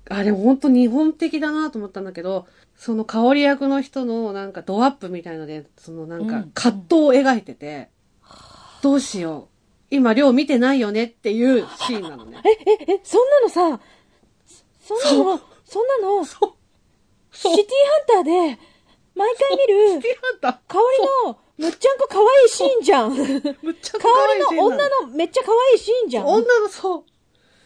Speaker 1: あれ本当日本的だなと思ったんだけど、その香り役の人のなんかドアップみたいので、そのなん
Speaker 2: う
Speaker 1: か
Speaker 2: ん
Speaker 1: 葛藤を描いてて、どうしよう。今、量見てないよねっていうシーンなのね。
Speaker 2: え、え、え、そんなのさ、そそんなの、そんなの、シティ
Speaker 1: そう
Speaker 2: ハンターで、毎回見
Speaker 1: シ
Speaker 2: る、
Speaker 1: ティハンタ
Speaker 2: 香りの、むっちゃんこ可愛いシーンじゃん。香
Speaker 1: ー、むっちゃ可愛いシーンな
Speaker 2: りの
Speaker 1: の。
Speaker 2: 女のめっちゃ可愛いシーンじゃん。
Speaker 1: 女の、そ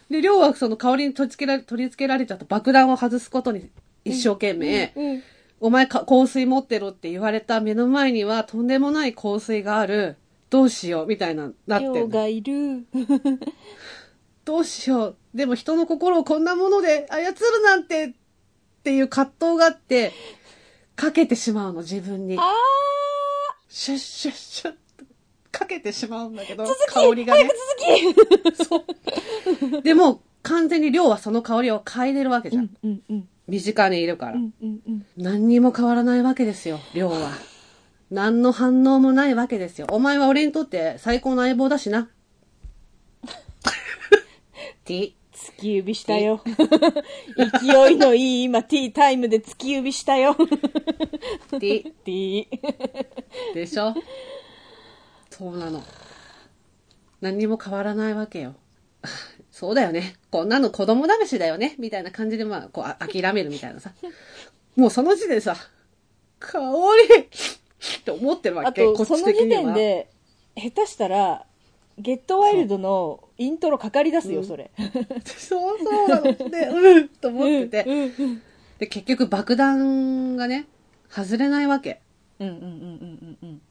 Speaker 1: う。で、量はその香りに取り付けられ、取り付けられちゃった爆弾を外すことに一生懸命、
Speaker 2: うん。
Speaker 1: お前か香水持ってろって言われた目の前にはとんでもない香水がある。どうしようみたいな、なって
Speaker 2: 量
Speaker 1: る。
Speaker 2: がいる。
Speaker 1: どうしよう。でも人の心をこんなもので操るなんてっていう葛藤があって、かけてしまうの、自分に。
Speaker 2: あ
Speaker 1: シュッシュッシュッとかけてしまうんだけど、
Speaker 2: ー
Speaker 1: 香りがね。
Speaker 2: 早く続き
Speaker 1: そう。でも、完全に量はその香りを嗅いでるわけじ
Speaker 2: う
Speaker 1: ゃん。
Speaker 2: んうんうん
Speaker 1: 身近にいるから。
Speaker 2: うんうんうん。
Speaker 1: 何にも変わらないわけですよ、量は。何の反応もないわけですよ。お前は俺にとって最高の相棒だしな。T。
Speaker 2: 突き指したよ。 <laughs> 勢いのいい今、ティータイムで突き指したよ。
Speaker 1: T。
Speaker 2: ティー。
Speaker 1: でしょそうなの。何にも変わらないわけよ。そうだよね。こんなの子供試しだよね。みたいな感じで、まあ、こう、あ諦めるみたいなさ。もうその時点でさ、香りって思ってるわ
Speaker 2: あ、
Speaker 1: け。ことっ
Speaker 2: そ
Speaker 1: ち
Speaker 2: の
Speaker 1: 的
Speaker 2: 時
Speaker 1: には
Speaker 2: 点で、下手したら、ゲットワイルドのイントロかかり出すよ、それ。
Speaker 1: そうそうなの。
Speaker 2: <laughs>
Speaker 1: で、うんと思ってて。
Speaker 2: うんうんうん
Speaker 1: で、結局爆弾がね、外れないわけ。
Speaker 2: うんうんうんうん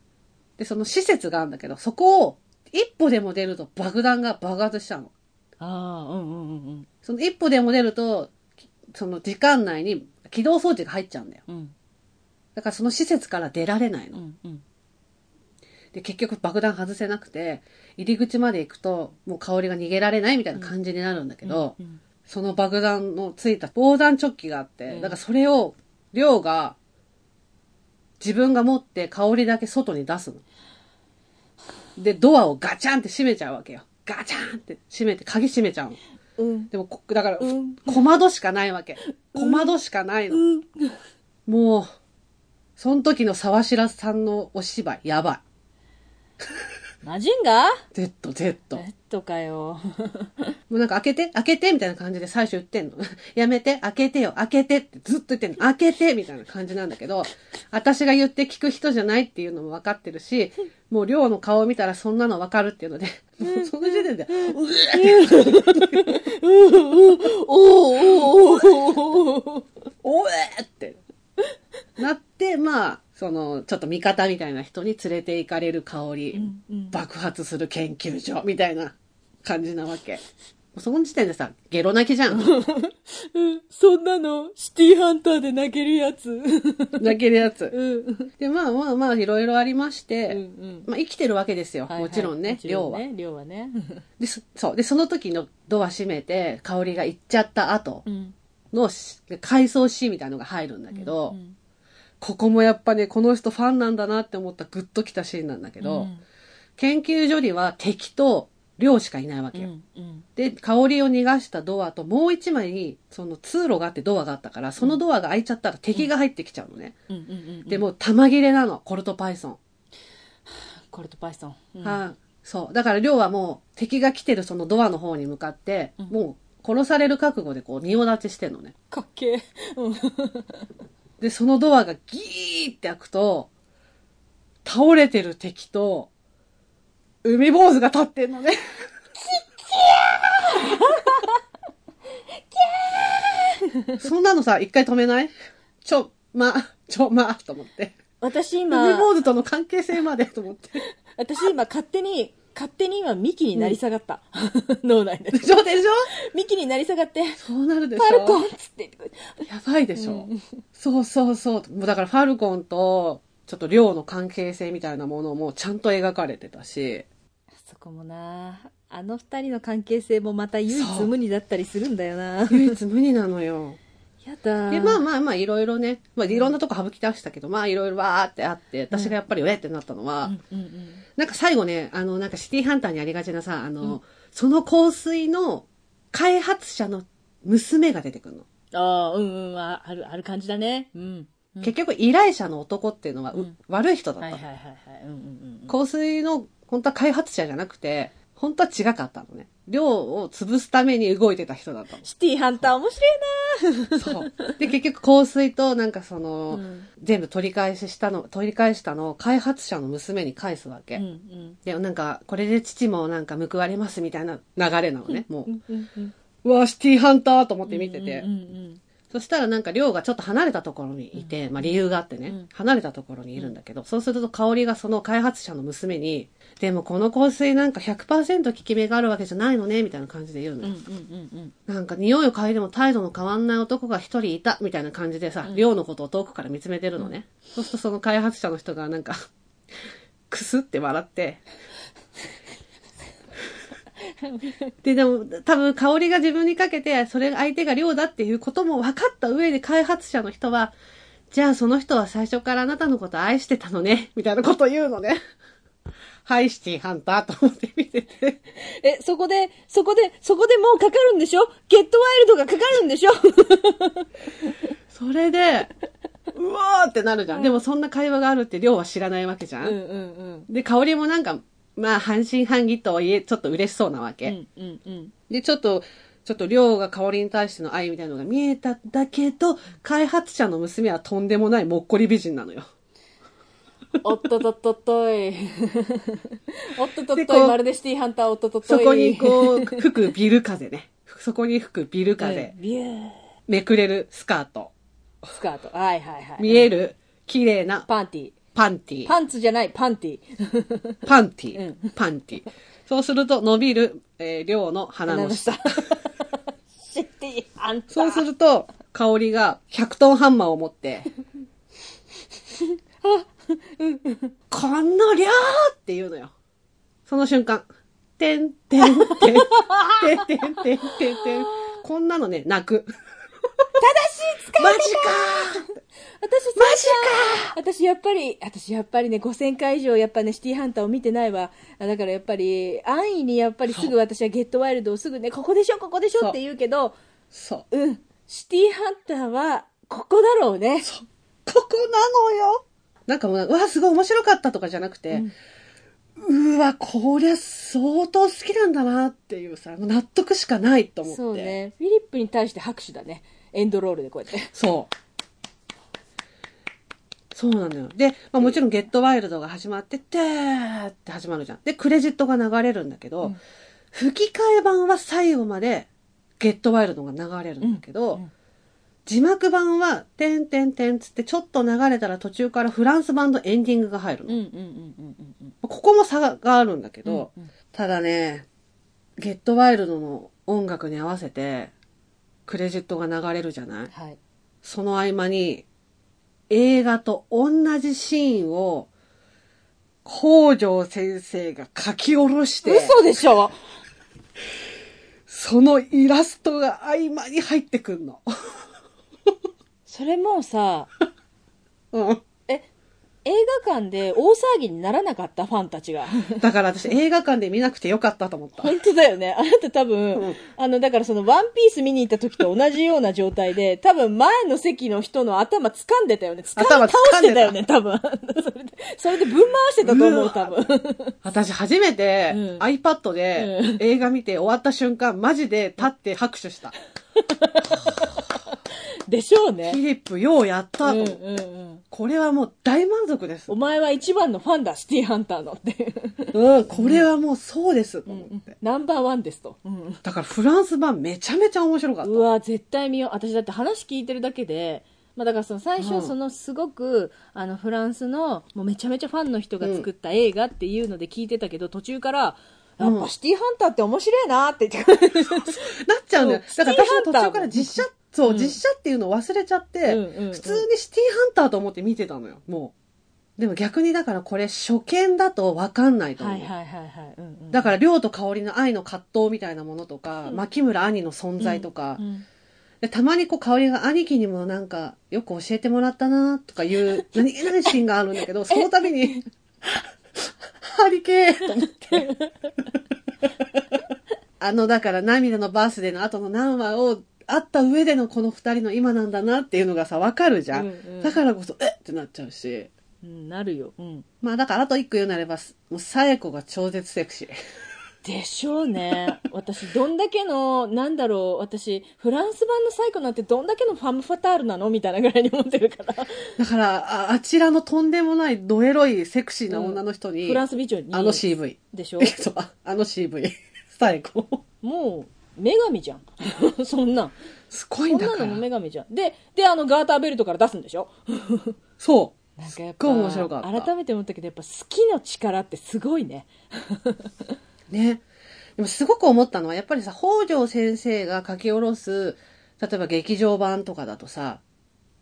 Speaker 1: で、その施設があるんだけど、そこを一歩でも出ると爆弾が爆発しちゃうの。
Speaker 2: ああ、うんうんうんうん
Speaker 1: その一歩でも出ると、きその時間内に起動装置が入っちゃうんだよ。
Speaker 2: うん
Speaker 1: だからその施設から出られないうの。
Speaker 2: んうん
Speaker 1: で、結局爆弾外せなくて、入り口まで行くと、もう香りが逃げられないみたいな感じになるんだけど、
Speaker 2: うん
Speaker 1: その爆弾のついた防弾チョッキがあって、
Speaker 2: うん
Speaker 1: だからそれを、量が、自分が持って香りだけ外に出すの。で、ドアをガチャンって閉めちゃうわけよ。ガチャンって閉めて、鍵閉めちゃうの。
Speaker 2: うん
Speaker 1: でもこ、だから、
Speaker 2: うん
Speaker 1: 小窓しかないわけ。小窓しかないの。
Speaker 2: うん
Speaker 1: もう、その時の沢白さんのお芝居、やばい。
Speaker 2: マジンガー
Speaker 1: Z、Z。
Speaker 2: ベッドかよ。
Speaker 1: もうなんか開けて、開けてみたいな感じで最初言ってんの。 <laughs> やめて、開けてよ、開けてってずっと言ってんの。開けてみたいな感じなんだけど、私が言って聞く人じゃないっていうのも分かってるし、もう亮の顔を見たらそんなの分かるっていうので、もう <laughs> その時点で、うえ
Speaker 2: おおおおお
Speaker 1: おえってなって、まあ、その、ちょっと味方みたいな人に連れて行かれる香り、爆発する研究所みたいな感じなわけ。その時点でさ、ゲロ泣きじゃん。 <laughs>
Speaker 2: そんなの、シティハンターで泣けるやつ。
Speaker 1: 泣けるやつ。
Speaker 2: うん。
Speaker 1: で、まあまあまあ、いろいろありまして、
Speaker 2: うん
Speaker 1: まあ、生きてるわけですよ。もちろんね、量は。
Speaker 2: 量はね。
Speaker 1: で、そそう。で、その時のドア閉めて、香りが行っちゃった後
Speaker 2: うん。
Speaker 1: のし、回想シーンみたいなのが入るんだけど、
Speaker 2: うん
Speaker 1: ここもやっぱね、この人ファンなんだなって思ったグッときたシーンなんだけど、研究所には敵と量しかいないわ
Speaker 2: う
Speaker 1: けよ。
Speaker 2: ん。うん。
Speaker 1: で、香りを逃がしたドアともう一枚に、その通路があってドアがあったから、そのドアが開いちゃったら敵が入ってきちゃうのね。
Speaker 2: うん。うん。
Speaker 1: で、もう玉切れなの、コルトパイソン。
Speaker 2: コルトパイソン。うん
Speaker 1: はい。そう。だから、亮はもう、敵が来てるそのドアの方に向かって、
Speaker 2: うん
Speaker 1: もう、殺される覚悟でこう、仁王立ちしてんのね。
Speaker 2: かっけえ。うん。
Speaker 1: で、そのドアがギーって開くと、倒れてる敵と、海坊主が立ってんのね。そんなのさ、一回止めないちょ、ま、ちょ、ま、と思って。
Speaker 2: 私
Speaker 1: 海
Speaker 2: 今、
Speaker 1: 坊主との関係性までと思って。
Speaker 2: 私今勝手に、勝手に今ミキになり下がった。脳内で
Speaker 1: で。しょでしょ
Speaker 2: ミキになり下がって、
Speaker 1: そうなるでしょ
Speaker 2: パルコンっつって。
Speaker 1: やばいでしょ、そうそうそう。もうだからファルコンと、ちょっと量の関係性みたいなものもちゃんと描かれてたし、
Speaker 2: そこもなあの二人の関係性もまた唯一無二だったりするんだよな
Speaker 1: 唯一無二なのよ。
Speaker 2: やだ
Speaker 1: で、まあまあまあいろいろね、まあいろんなとこ省き出したけど、まあいろいろわーってあって、私がやっぱりえってなったのは、
Speaker 2: うんうん
Speaker 1: なんか最後ね、あの、なんかシティハンターにありがちなさ、あの、その香水の開発者の娘が出てくるの。
Speaker 2: ああ、うんうん、あある、ある感じだね。うん。うん
Speaker 1: 結局依頼者の男っていうのは、う
Speaker 2: うん
Speaker 1: 悪い人だった
Speaker 2: はい
Speaker 1: の、
Speaker 2: はいはいはい。うんうんうん。
Speaker 1: 香水の本当は開発者じゃなくて、本当は違かったのね。量を潰すために動いてた人だった
Speaker 2: シティハンター面白い
Speaker 1: の。
Speaker 2: <laughs>
Speaker 1: そう。で、結局香水となんかその、
Speaker 2: うん
Speaker 1: 全部取り返ししたの、取り返したのを開発者の娘に返すわけ。
Speaker 2: な。うん
Speaker 1: で、なんか、これで父もなんか報われますみたいな流れなのね、も
Speaker 2: うん。うんうん
Speaker 1: う。うわ、シティハンターと思って見てて。
Speaker 2: うんうん
Speaker 1: そしたらなんか、亮がちょっと離れたところにいて、まあ理由があってね、
Speaker 2: うん
Speaker 1: 離れたところにいるんだけど、そうすると香りがその開発者の娘に、でもこの香水なんか100%効き目があるわけじゃないのね、みたいな感じで言うの
Speaker 2: う
Speaker 1: よ。
Speaker 2: ん。うんうんうん
Speaker 1: なんか匂いを嗅いでも態度の変わんない男が一人いた、みたいな感じでさ、
Speaker 2: うん
Speaker 1: 亮のことを遠くから見つめてるのね。そうするとその開発者の人がなんか、くすって笑って、
Speaker 2: <laughs>
Speaker 1: で、でも、多分、香りが自分にかけて、それが相手が量だっていうことも分かった上で開発者の人は、じゃあその人は最初からあなたのこと愛してたのね、みたいなこと言うのね。 <laughs> ハイシティハンターと思って見てて。
Speaker 2: え、そこで、そこで、そこでもうかかるんでしょゲットワイルドがかかるんでしょ
Speaker 1: それで、 <laughs> うわーってなるじゃん。でもそんな会話があるって量は知らないわけじゃ。
Speaker 2: うんんうんうん。
Speaker 1: で、香りもなんか、まあ半信半疑とはいえ、ちょっと嬉しそうなわけ。
Speaker 2: うんうんうん。
Speaker 1: で、ちょっと、ちょっと、りょうが香りに対しての愛みたいなのが見えたんだけど、開発者の娘はとんでもないもっこり美人なのよ。
Speaker 2: おっとっとっとっと <laughs> い。おっとっとっ
Speaker 1: で
Speaker 2: と
Speaker 1: こ
Speaker 2: い。
Speaker 1: う
Speaker 2: まるでシティハンターおっとっとっと
Speaker 1: そ
Speaker 2: い。
Speaker 1: こにこう、吹くビル風ね。そこに吹くビル風
Speaker 2: う。んビュー。
Speaker 1: めくれるスカート。
Speaker 2: スカート。はいはいはい。
Speaker 1: 見える綺麗な
Speaker 2: パンティ。
Speaker 1: パンティ。
Speaker 2: パンツじゃない、パンティ。
Speaker 1: パンティ。パンティ。そうすると伸びる、えー、りょうの鼻の
Speaker 2: <laughs>
Speaker 1: 下。
Speaker 2: シティハンター。
Speaker 1: そうすると、香りが100トンハンマーを持
Speaker 2: <laughs>
Speaker 1: って、この量って言うのよ。その瞬間、てんてんてん、てんてんてんてんてん。こんなのね、泣く。
Speaker 2: 正しい使い方
Speaker 1: マジか
Speaker 2: 私マジか私やっぱり、私やっぱりね、5000回以上やっぱね、シティハンターを見てないわ。あだからやっぱり、安易にやっぱりすぐ私はゲットワイルドをすぐね、ここでしょ、ここでし
Speaker 1: そう
Speaker 2: ょって言うけど、
Speaker 1: そう。
Speaker 2: うん、シティハンターは、ここだろうね。
Speaker 1: ここなのよ。なんかもう、うわ、すごい面白かったとかじゃなくて、うわ、こりゃ相当好きなんだなっていうさ、納得しかないと思って。
Speaker 2: そうね。フィリップに対して拍手だね。エンドロールでこうやって。
Speaker 1: そう。そうなのよ。で、まあ、もちろん、ゲットワイルドが始まって、てーって始まるじゃん。で、クレジットが流れるんだけど、
Speaker 2: うん
Speaker 1: 吹き替え版は最後まで、ゲットワイルドが流れるんだけど、
Speaker 2: うんうん
Speaker 1: 字幕版は、てんてんてんつって、ちょっと流れたら途中からフランス版のエンディングが入るの。
Speaker 2: うんうんうんうんうん
Speaker 1: ここも差があるんだけ
Speaker 2: うん。
Speaker 1: ど、
Speaker 2: うん
Speaker 1: ただね、ゲットワイルドの音楽に合わせて、クレジットが流れるじゃない
Speaker 2: はい。
Speaker 1: その合間に、映画と同じシーンを、北条先生が書き下ろして、
Speaker 2: 嘘でしょ
Speaker 1: そのイラストが合間に入ってくんの。
Speaker 2: それもうさ、
Speaker 1: うん。
Speaker 2: え、映画館で大騒ぎにならなかったファンたち <laughs> が。
Speaker 1: だから私映画館で見なくてよかったと思った。
Speaker 2: 本当だよね。あなた多分、
Speaker 1: うん
Speaker 2: あの、だからそのワンピース見に行った時と同じような状態で、多分前の席の人の頭掴んでたよね。掴ん
Speaker 1: 頭掴んで
Speaker 2: 倒
Speaker 1: た
Speaker 2: してたよね、多分。 <laughs> それで、それでぶん回してたと思
Speaker 1: う
Speaker 2: う、
Speaker 1: わ
Speaker 2: 多分。
Speaker 1: 私初めて
Speaker 2: うん
Speaker 1: iPad で
Speaker 2: うん
Speaker 1: 映画見て終わった瞬間、マジで立って拍手した。
Speaker 2: でしょ
Speaker 1: フ
Speaker 2: う
Speaker 1: ィ
Speaker 2: ね。
Speaker 1: リップようやっ
Speaker 2: う
Speaker 1: た
Speaker 2: ん
Speaker 1: と
Speaker 2: う
Speaker 1: 思
Speaker 2: んう
Speaker 1: って、
Speaker 2: ん。
Speaker 1: これはもう大満足です。
Speaker 2: お
Speaker 1: う
Speaker 2: 前は一番のファンだ、シティーハンターのって。
Speaker 1: ん、これはもうそうですと思って。
Speaker 2: ナンバーワンですと。うん
Speaker 1: だからフランス版めちゃめちゃ面白かった
Speaker 2: う。わ絶対見よう私だって話聞いてるだけで、まあ、だからその最
Speaker 1: う
Speaker 2: 初
Speaker 1: ん
Speaker 2: そのすごく、あのフランスのもうめちゃめちゃファンの人が作った映画っていうので聞いてたけど、途中からやっぱシティハンターって面白いなって言ってくる、
Speaker 1: なっちゃうのよ。
Speaker 2: そ
Speaker 1: だか
Speaker 2: う
Speaker 1: ら
Speaker 2: シティ
Speaker 1: 私
Speaker 2: ハ
Speaker 1: も
Speaker 2: ン
Speaker 1: 途
Speaker 2: ターも
Speaker 1: 中から実写、そう、
Speaker 2: うん
Speaker 1: 実写っていうのを忘れちゃって、
Speaker 2: うんうんうん
Speaker 1: 普通にシティハンターと思って見てたのよ、もう。でも逆にだからこれ初見だとわかんないと思
Speaker 2: は
Speaker 1: う。
Speaker 2: いはいはいはい、うんうん、
Speaker 1: だから、りょうと香りの愛の葛藤みたいなものとか、牧村兄の存在とか、
Speaker 2: うん
Speaker 1: でたまにこう香りが兄貴にもなんか、よく教えて
Speaker 2: <laughs>
Speaker 1: もらったなとかいう、何気ないシーンがあるんだけど、その度に、 <laughs> ハリケーンと思って。
Speaker 2: <laughs>
Speaker 1: あの、だから涙のバースデーの後の何話を、あった上でのこの二人の今なんだなっていうのがさ、わかるじゃん。
Speaker 2: うんうん
Speaker 1: だからこそ、えっってなっちゃうし。
Speaker 2: うん、なるよ。うん。
Speaker 1: まあだからあと一個言うなれば、もう、サエコが超絶セクシー。
Speaker 2: でしょうね。 <laughs> 私、どんだけの、なんだろう、私、フランス版のサイコなんてどんだけのファムファタールなのみたいなぐらいに思ってるから。
Speaker 1: だから、ああちらのとんでもないドエロいセクシーな女の人に、
Speaker 2: フランス美女に。
Speaker 1: あの CV。
Speaker 2: でしょ
Speaker 1: <laughs> そうあの <laughs> CV。サエコ。
Speaker 2: もう、女神じゃん。 <laughs> そんなん。
Speaker 1: すごい
Speaker 2: そ
Speaker 1: ん
Speaker 2: ん
Speaker 1: だか
Speaker 2: な
Speaker 1: ら
Speaker 2: の。も女神じゃん。で、で、あの、ガーターベルトから出すんでしょ
Speaker 1: そう。
Speaker 2: なんかやっ
Speaker 1: す
Speaker 2: ぱ、
Speaker 1: っごい面白かった
Speaker 2: 改めて思ったけど、やっぱ好きの力ってすごいね。
Speaker 1: ね。でもすごく思ったのは、やっぱりさ、北条先生が書き下ろす、例えば劇場版とかだとさ、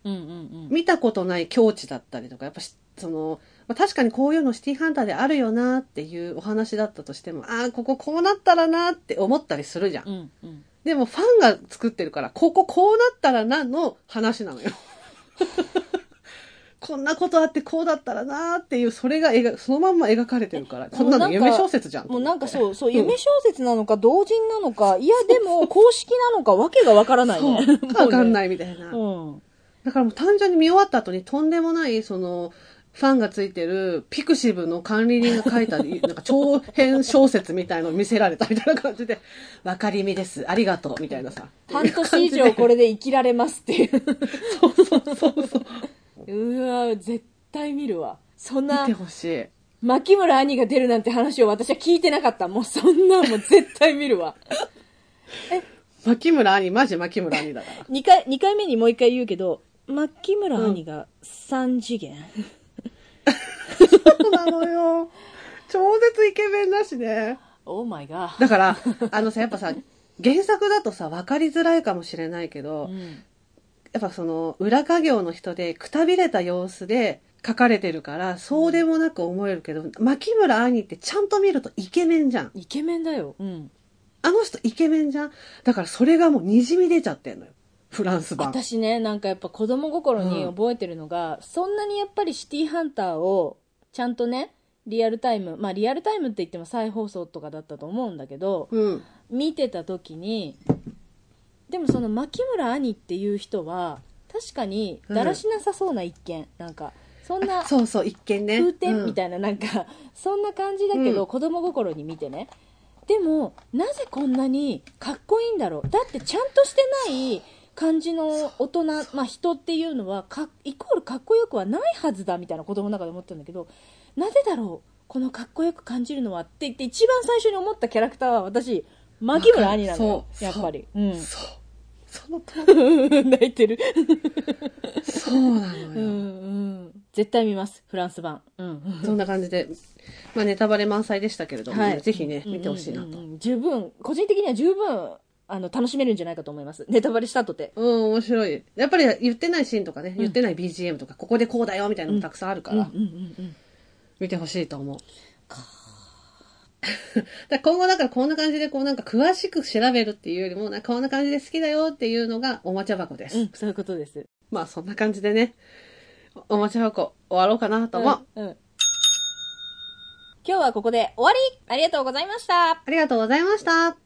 Speaker 2: うんうん
Speaker 1: 見たことない境地だったりとか、やっぱしその、まあ、確かにこういうのシティーハンターであるよなっていうお話だったとしても、ああ、こここうなったらなって思ったりするじゃん
Speaker 2: う。ん。うんうん。
Speaker 1: でもファンが作ってるから、こここうなったらなの話なの
Speaker 2: <laughs>
Speaker 1: よ。こんなことあってこうだったらなーっていう、それが描そのまんま描かれてるから、こんなの夢小説じゃん。
Speaker 2: もうなんかそう、そう、
Speaker 1: うん
Speaker 2: 夢小説なのか、同人なのか、いや、でも、公式なのか、わけがわからないね。。
Speaker 1: そうわかんないいみたいな。
Speaker 2: うん。
Speaker 1: だからもう単純に見終わった後にとんでもない、その、ファンがついてるピクシブの管理人が書いた、
Speaker 2: <laughs>
Speaker 1: なんか長編小説みたいのを見せられたみたいな感じで、わかりみです、ありがとう、みたいなさ。
Speaker 2: 半年以 <laughs> 上これで生きられますっていう。
Speaker 1: そうそうそうそう。
Speaker 2: うわ絶対見るわ。そん
Speaker 1: 見
Speaker 2: な
Speaker 1: て、ほしい。
Speaker 2: 牧村兄が出るなんて話を私は聞いてなかった。もうそんなんもう絶対見るわ。
Speaker 1: 牧村兄、マジ牧村兄だから。
Speaker 2: 2回、 <laughs> 二回目にもう一回言うけど、牧村兄が3次 <laughs> 元。
Speaker 1: そうなのよ。超絶イケメンだしね。
Speaker 2: オーマイガー。
Speaker 1: だから、あのさ、やっぱさ、原作だとさ、分かりづらいかもしれないけど、
Speaker 2: うん
Speaker 1: やっぱその、裏稼業の人で、くたびれた様子で書かれてるから、そうでもなく思えるけど、牧村兄ってちゃんと見るとイケメンじゃん。
Speaker 2: イケメンだよ。うん。
Speaker 1: あの人イケメンじゃん。だからそれがもう滲み出ちゃってんのよ。フランス版。
Speaker 2: 私ねなんかやっぱ子供心に
Speaker 1: うん
Speaker 2: 覚えてるのが、そんなにやっぱりシティーハンターをちゃんとねリアルタイムまあリアルタイムって言っても再放送とかだったと思うんだけど
Speaker 1: うん。
Speaker 2: 見てた時にでもその牧村兄っていう人は確かにだらしなさそうな一見、なんかそんな
Speaker 1: あそうそう、一見ね。
Speaker 2: 風天み
Speaker 1: い
Speaker 2: たいななんか、 <laughs> そんな感じだけ
Speaker 1: う
Speaker 2: ど、
Speaker 1: ん
Speaker 2: 子供心に見てねでもなぜこんなにかっこいいんだろうだってちゃんとしてない感じの大人、まあ、人っていうのはかイコールかっこよくはないはずだみたいな子供の中で思ってたんだけどなぜだろうこのかっこよく感じるのはって言って一番最初に思ったキャラクターは私牧村兄なの
Speaker 1: わ
Speaker 2: よ
Speaker 1: かるそう
Speaker 2: やっぱり、うん
Speaker 1: うん。、そう。その通り
Speaker 2: <laughs> 泣いてる、
Speaker 1: そうなのよ。
Speaker 2: うんうん、絶対見ますフランス版、うん、
Speaker 1: <laughs> そんな感じで、まあネタバレ満載でしたけれども、
Speaker 2: はい
Speaker 1: ぜひね、見てほしいな
Speaker 2: うんうん
Speaker 1: と。
Speaker 2: うんうん十分個人的には十分あの楽しめるんじゃないかと思いますネタバレしたとて
Speaker 1: うん、面白い。やっぱり言ってないシーンとかね、言ってない BGM とか、ここでこうだよみたいなのもたくさんあるか
Speaker 2: うんう
Speaker 1: ら
Speaker 2: ん、うん
Speaker 1: 見てほしいと思う。 <laughs> だから今後だからこんな感じで、こうなんか詳しく調べるっていうよりも、なんかこんな感じで好きだよっていうのがおもちゃ箱です。
Speaker 2: うん、うん、そういうことです
Speaker 1: まあそんな感じでね、おもちゃ箱終わろうかなと思う。
Speaker 2: うんうん今日はここで終わりありがとうございました
Speaker 1: ありがとうございました。